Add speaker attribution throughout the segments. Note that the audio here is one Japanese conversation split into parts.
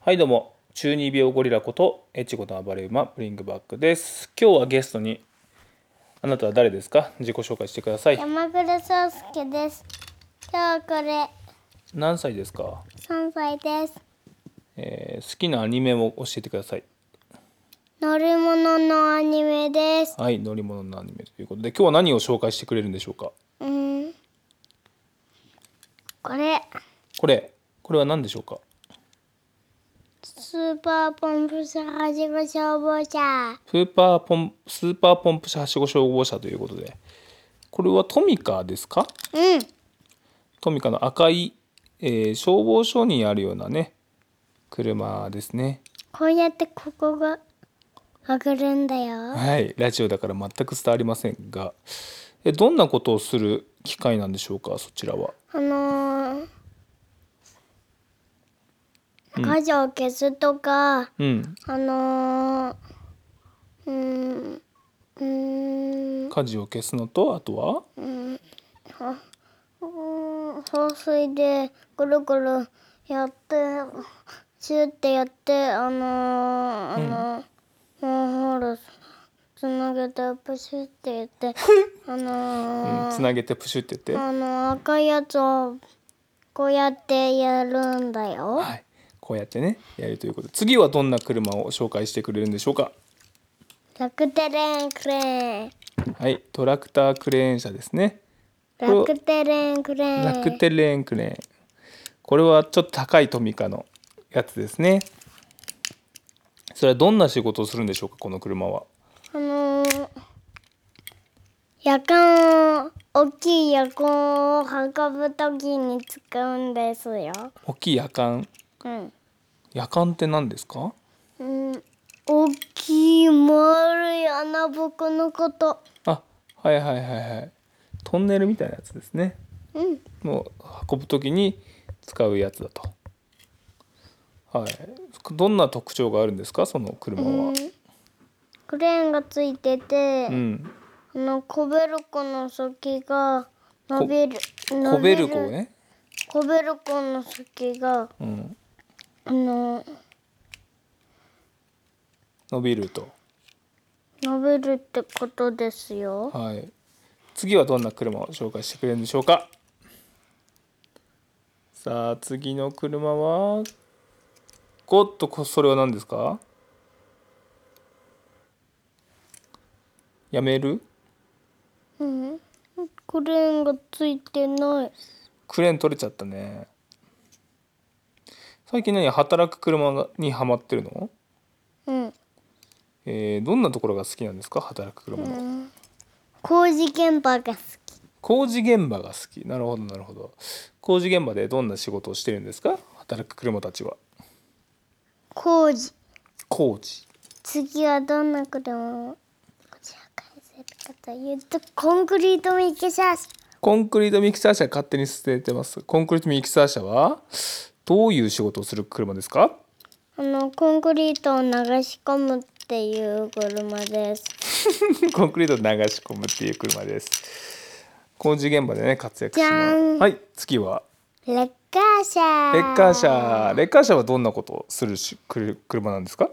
Speaker 1: はいどうも中二病ゴリラことエチゴの暴れ馬ブリングバックです今日はゲストにあなたは誰ですか自己紹介してください
Speaker 2: 山倉壮介です。今日これ
Speaker 1: 何歳ですか、
Speaker 2: 3歳です。
Speaker 1: えー好きなアニメを教えてください
Speaker 2: 乗り物のアニメです。
Speaker 1: はい乗り物のアニメということで今日は何を紹介してくれるんでしょうか
Speaker 2: うん。これ
Speaker 1: これこれは何でしょうか
Speaker 2: スーパーポンプスはじめ消防車。
Speaker 1: スーパーポンスーパーポンプ車はしご消防車ということでこれはトミカですか
Speaker 2: うん。
Speaker 1: トミカの赤い、えー消防署にあるようなね車ですね
Speaker 2: こうやってここが上がるんだよ。
Speaker 1: はいラジオだから全く伝わりませんがえどんなことをする機械なんでしょうかそちらは
Speaker 2: あのー。火事を消すとか、
Speaker 1: うん
Speaker 2: あのー、うーん、うーん、
Speaker 1: 火事を消すのとあとは
Speaker 2: うーん放水でぐるぐるやってシュってやってあのー、あのーマンホールつなげてプシュってやってあのー
Speaker 1: つな、繋げてプシュって言って、
Speaker 2: あの赤いやつをこうやってやるんだよ。
Speaker 1: はい、こうやってねやるということで次はどんな車を紹介してくれるんでしょうか
Speaker 2: ラクテレンクレーン
Speaker 1: はいトラクタークレーン車ですね
Speaker 2: ラクテレンクレーン
Speaker 1: ラクテレーンクレーンこれはちょっと高いトミカのやつですねそれはどんな仕事をするんでしょうかこの車は
Speaker 2: あのー、夜間を大きい夜間を運ぶときに使うんですよ。
Speaker 1: 大きい夜間
Speaker 2: うん。
Speaker 1: 夜間って何ですか
Speaker 2: うん、大きい丸い穴ぼこのこと。
Speaker 1: あはいはいはいはいトンネルみたいなやつですね
Speaker 2: うん。
Speaker 1: もう運ぶ時に使うやつだとはいどんな特徴があるんですかその車は
Speaker 2: クレーンがついてて、
Speaker 1: うん
Speaker 2: あのコベルコの先が伸びる。
Speaker 1: コ
Speaker 2: コ
Speaker 1: ベルコを。ね
Speaker 2: コベルコの先が
Speaker 1: うん
Speaker 2: あの
Speaker 1: 伸びると
Speaker 2: 伸びるってことですよ。
Speaker 1: はい。次はどんな車を紹介してくれるんでしょうか。さあ次の車は、おっとこそれは何ですか。やめる？
Speaker 2: うん。クレーンがついてない。
Speaker 1: クレーン取れちゃったね。最近何働く車がにハマってるの？
Speaker 2: うん。
Speaker 1: えー、どんなところが好きなんですか働く車の。
Speaker 2: 工事現場が好き。
Speaker 1: 工事現場が好きなるほどなるほど工事現場でどんな仕事をしてるんですか働く車たちは
Speaker 2: 工事。
Speaker 1: 工事
Speaker 2: 次はどんな車をこちら返せるかというと、コンクリートミキサー車。
Speaker 1: コンクリートミキサー車勝手に捨ててますコンクリートミキサー車はどういう仕事をする車ですか
Speaker 2: あの、コンクリートを流し込むっていう車です。
Speaker 1: コンクリートを流し込むっていう車です工事現場でね活躍し
Speaker 2: じゃ
Speaker 1: ま
Speaker 2: ー
Speaker 1: す
Speaker 2: ん
Speaker 1: はい次は
Speaker 2: レッカー車。
Speaker 1: レッカー。車レッカー車はどんなことをするしくる車なんですか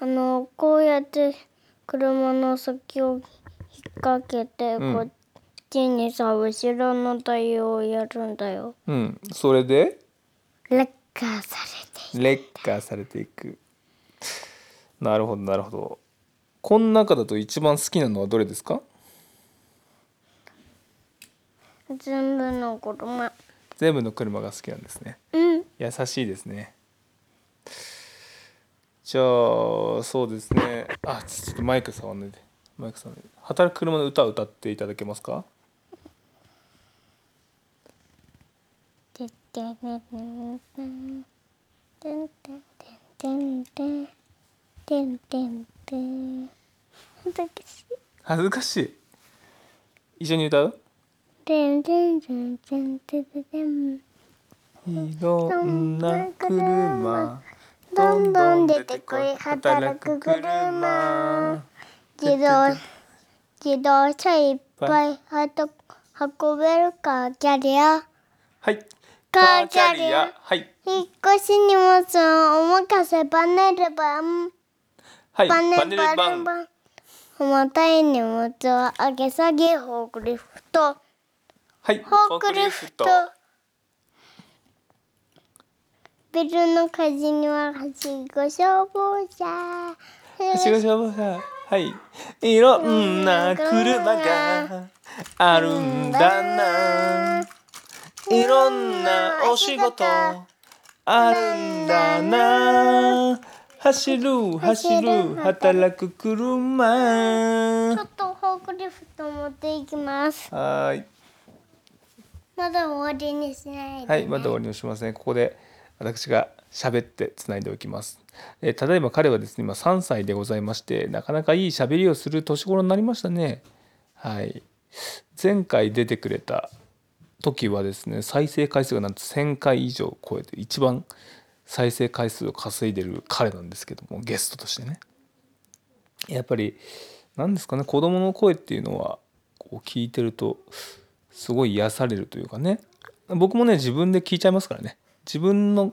Speaker 2: あの、こうやって車の先を引っ掛けて、
Speaker 1: うん
Speaker 2: こっちにさ、後ろのタイヤをやるんだよ。
Speaker 1: うんそれで
Speaker 2: レッカーされて。
Speaker 1: 劣化されていくなるほどなるほどこの中だと一番好きなのはどれですか
Speaker 2: 全部の車。
Speaker 1: 全部の車が好きなんですね
Speaker 2: うん。
Speaker 1: 優しいですねじゃあそうですねあちちょっとマイク触んないでマイク触んないで働く車の歌を歌っていただけますか
Speaker 2: てってんてんてんてんてんてんてんてんてんてん恥ずかしい
Speaker 1: 恥ずかしい一緒に歌う
Speaker 2: てんてんてんてんてんてんてん
Speaker 1: いろんな車
Speaker 2: どんどん出てこい働く車自動自動車いっぱいはと運べるかキャリア
Speaker 1: はい
Speaker 2: カーキャリア
Speaker 1: はい
Speaker 2: 引っ越し荷物をお任せパネルバン
Speaker 1: はい、
Speaker 2: パネ
Speaker 1: パネ
Speaker 2: ル
Speaker 1: ル
Speaker 2: バ
Speaker 1: バ
Speaker 2: ン
Speaker 1: ン。
Speaker 2: バン重たい荷物を上げ下げフォークリフト
Speaker 1: はい、フ
Speaker 2: フォークリフトビルの舵にははしご消防車
Speaker 1: はしご消防車。はい。いろんな車があるんだな。いろんなお仕事あるんだな。走る走る働く車。
Speaker 2: ちょっとフォークリフト持っていきます
Speaker 1: はーい。
Speaker 2: まだ終わりにしないで、
Speaker 1: はい、まだ終わりにしますね。ここで私が喋ってつないでおきます。えーただいま彼はですね、今3歳でございまして、なかなかいい喋りをする年頃になりましたね。はい。前回出てくれた時はですね、再生回数がなんと1000回以上超えて、一番再生回数を稼いでる彼なんですけども、ゲストとしてね。やっぱり、なんですかね、子供の声っていうのは、こう聞いてると、すごい癒されるというかね僕もね自分で聞いちゃいますからね自分の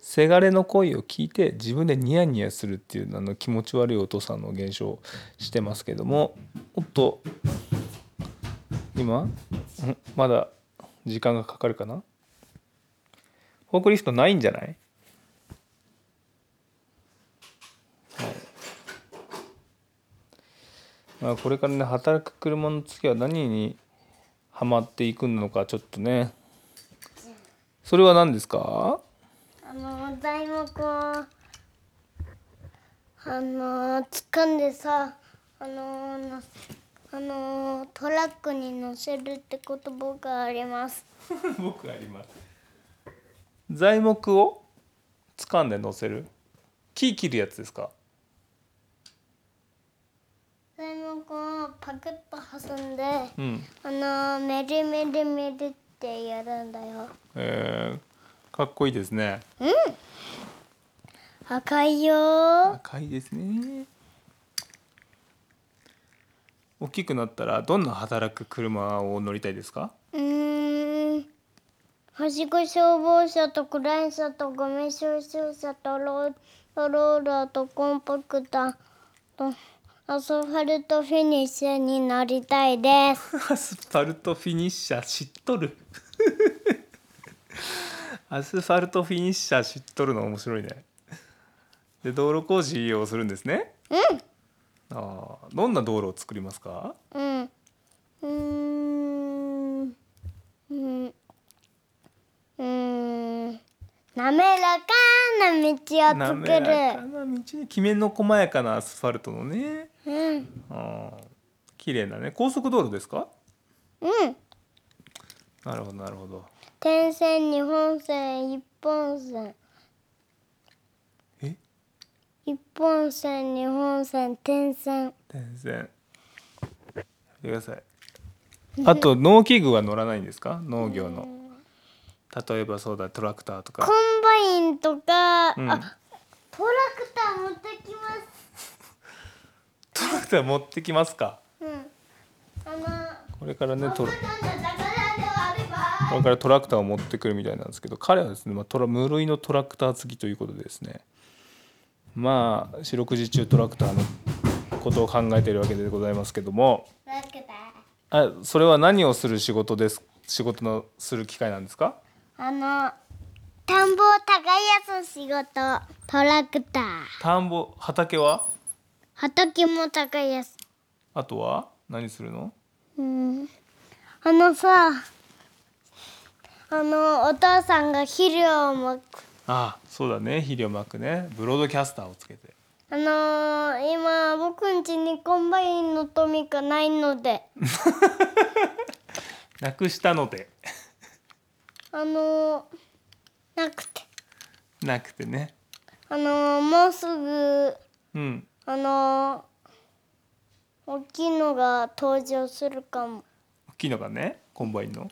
Speaker 1: せがれの声を聞いて自分でニヤニヤするっていうあの気持ち悪いお父さんの現象をしてますけどもおっと今んまだ時間がかかるかなフォークリフトないんじゃない、はいまあ、これからね働く車の次は何にハマっていくのかちょっとねそれは何ですか
Speaker 2: あの材木をあの掴んでさあののあのトラックに乗せるって言葉があります
Speaker 1: 僕あります材木を掴んで乗せる木切るやつですか
Speaker 2: 材木をパクッと挟んで
Speaker 1: うん
Speaker 2: あのメルメルメルってやるんだよ
Speaker 1: えー、かっこいいですね
Speaker 2: 赤いよ
Speaker 1: 赤いですね大きくなったらどんな働く車を乗りたいですか
Speaker 2: うーんはしご消防車とクライ車とゴミ収集車とローローラーとコンパクタとアスファルトフィニッシュになりたいです。
Speaker 1: アスファルトフィニッシャー知っとる アスファルトフィニッシャー知っとるの面白いねで道路工事をするんですねうんああどんな道路を作りますか
Speaker 2: うん。うーん。うん。うーん。滑らかな道を作
Speaker 1: 滑らか
Speaker 2: る。
Speaker 1: な道にきめの細やかなアスファルトのね
Speaker 2: うん。
Speaker 1: ああ綺麗なね高速道路ですか
Speaker 2: うん。
Speaker 1: なるほどなるほど
Speaker 2: 点線、二本線、一本線。
Speaker 1: え
Speaker 2: 一本線二本線点線
Speaker 1: 全然やめてくださいあと農機具は乗らないんですか農業の例えばそうだトラクターと
Speaker 2: コン
Speaker 1: か、
Speaker 2: バイン
Speaker 1: う
Speaker 2: とか、
Speaker 1: ん、トラ
Speaker 2: あトラクター持ってきます
Speaker 1: クター持ってきますか
Speaker 2: うんあの
Speaker 1: これからねトラ
Speaker 2: 普段の宝ではあれば
Speaker 1: これからトラクターを持ってくるみたいなんですけど彼はですね、まあ、トラ無類のトラクター好きということでですねまあ四六時中トラクターのことを考えているわけでございますけども
Speaker 2: トラクター
Speaker 1: あそれは何をする仕事です仕事のする機会なんですか
Speaker 2: あの田んぼを耕す仕事トラクター
Speaker 1: 田んぼ畑は
Speaker 2: 畑も耕す
Speaker 1: あとは何するの
Speaker 2: うんあのさあのお父さんが肥料をまく
Speaker 1: ああそうだね肥料まくねブロードキャスターをつけて
Speaker 2: あのー、今僕ん家にコンバインのトミカないので
Speaker 1: なくしたので
Speaker 2: あのー、なくて
Speaker 1: なくてね
Speaker 2: あのー、もうすぐ
Speaker 1: うん
Speaker 2: あのー、大きいのが登場するかも
Speaker 1: 大きいのがねコンバインの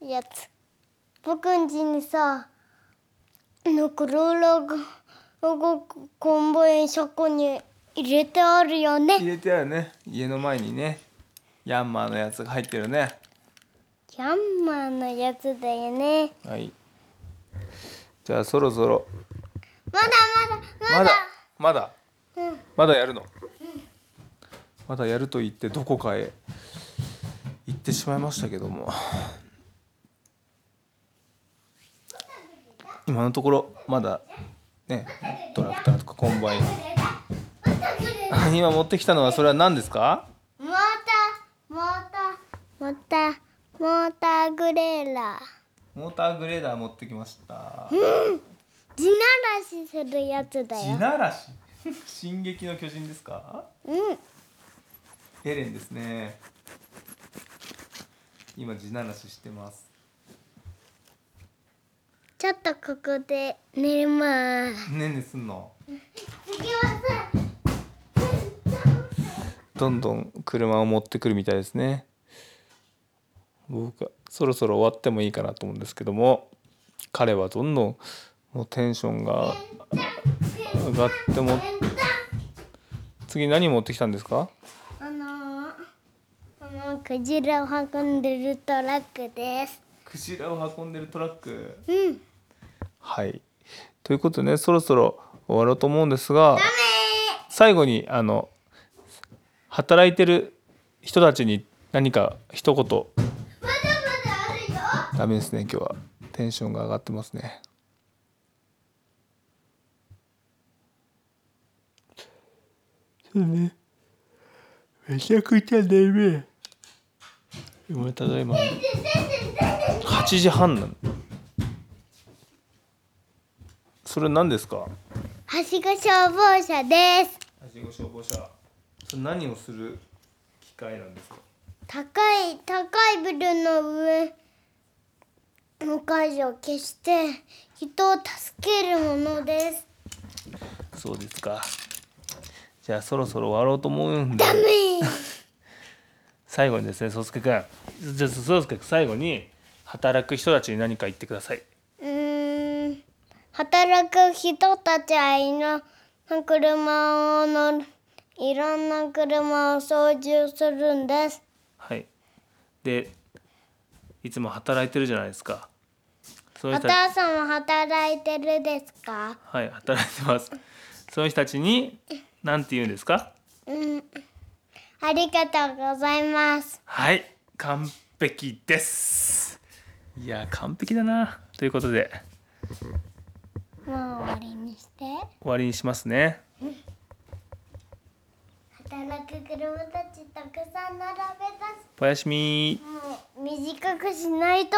Speaker 2: やつ僕ん家にさあのクローラーが動くコンバイン車庫に入れてあるよ
Speaker 1: 入
Speaker 2: ね
Speaker 1: れてあるね家の前にねヤンマーのやつが入ってるね
Speaker 2: ヤンマーのやつだよね
Speaker 1: はいじゃあそろそろ
Speaker 2: まだまだ
Speaker 1: ま
Speaker 2: まだ
Speaker 1: だまだ
Speaker 2: うん
Speaker 1: まだやるのまだやると言ってどこかへ行ってしまいましたけども今のところまだねトラクターとかコン バイン
Speaker 2: また来るよ
Speaker 1: あ今持ってきたのはそれは何ですか
Speaker 2: モーターモーターモーターモーターグレーラー
Speaker 1: モーターグレーダー持ってきました
Speaker 2: 地ならしするやつだ
Speaker 1: 地
Speaker 2: よ
Speaker 1: ならし進撃の巨人ですか
Speaker 2: うん
Speaker 1: エレンですね今地ならししてます
Speaker 2: ちょっとここで寝ます
Speaker 1: ねんねすんの
Speaker 2: 次はさ
Speaker 1: どんどん車を持ってくるみたいですね僕はそろそろ終わってもいいかなと思うんですけども彼はどんどんもうテンションが上がっても次何持ってきたんですか
Speaker 2: あのー、あのクジラを運んでるトラックです
Speaker 1: クジラを運んでるトラック
Speaker 2: うん
Speaker 1: はいということでねそろそろ終わろうと思うんですが
Speaker 2: ダメ
Speaker 1: 最後にあの働いてる人たちに何か一言
Speaker 2: ーまだまだあるよ
Speaker 1: ダメですね今日はテンションが上がってますねそうねめちゃくちゃだめ今ただいま8時半なのそれ何ですか
Speaker 2: はしご消防車です
Speaker 1: はしご消防車それ何をする機械なんですか
Speaker 2: 高い高いビルの上の火事を消して人を助けるものです
Speaker 1: そうですかじゃあそろそろ終わろうと思うんで
Speaker 2: ダメ
Speaker 1: 最後にですね、そすけくん。じゃあ、そすけくん、最後に働く人たちに何か言ってください。
Speaker 2: うーん働く人たちはいろんな車を乗るいろんな車を操縦するんです
Speaker 1: はい。で、いつも働いてるじゃないですか。そ
Speaker 2: お
Speaker 1: ういう人たち、
Speaker 2: 父さんも働いてるですか
Speaker 1: はい、働いてます。そういう人たちに、なんて言うんですか
Speaker 2: うんありがとうございます
Speaker 1: はい、完璧です。いや、完璧だな。ということで、
Speaker 2: もう終わりにして
Speaker 1: 終わりにしますね。
Speaker 2: 働く車たちたくさん並べたし
Speaker 1: おやすみ
Speaker 2: もう短くしないと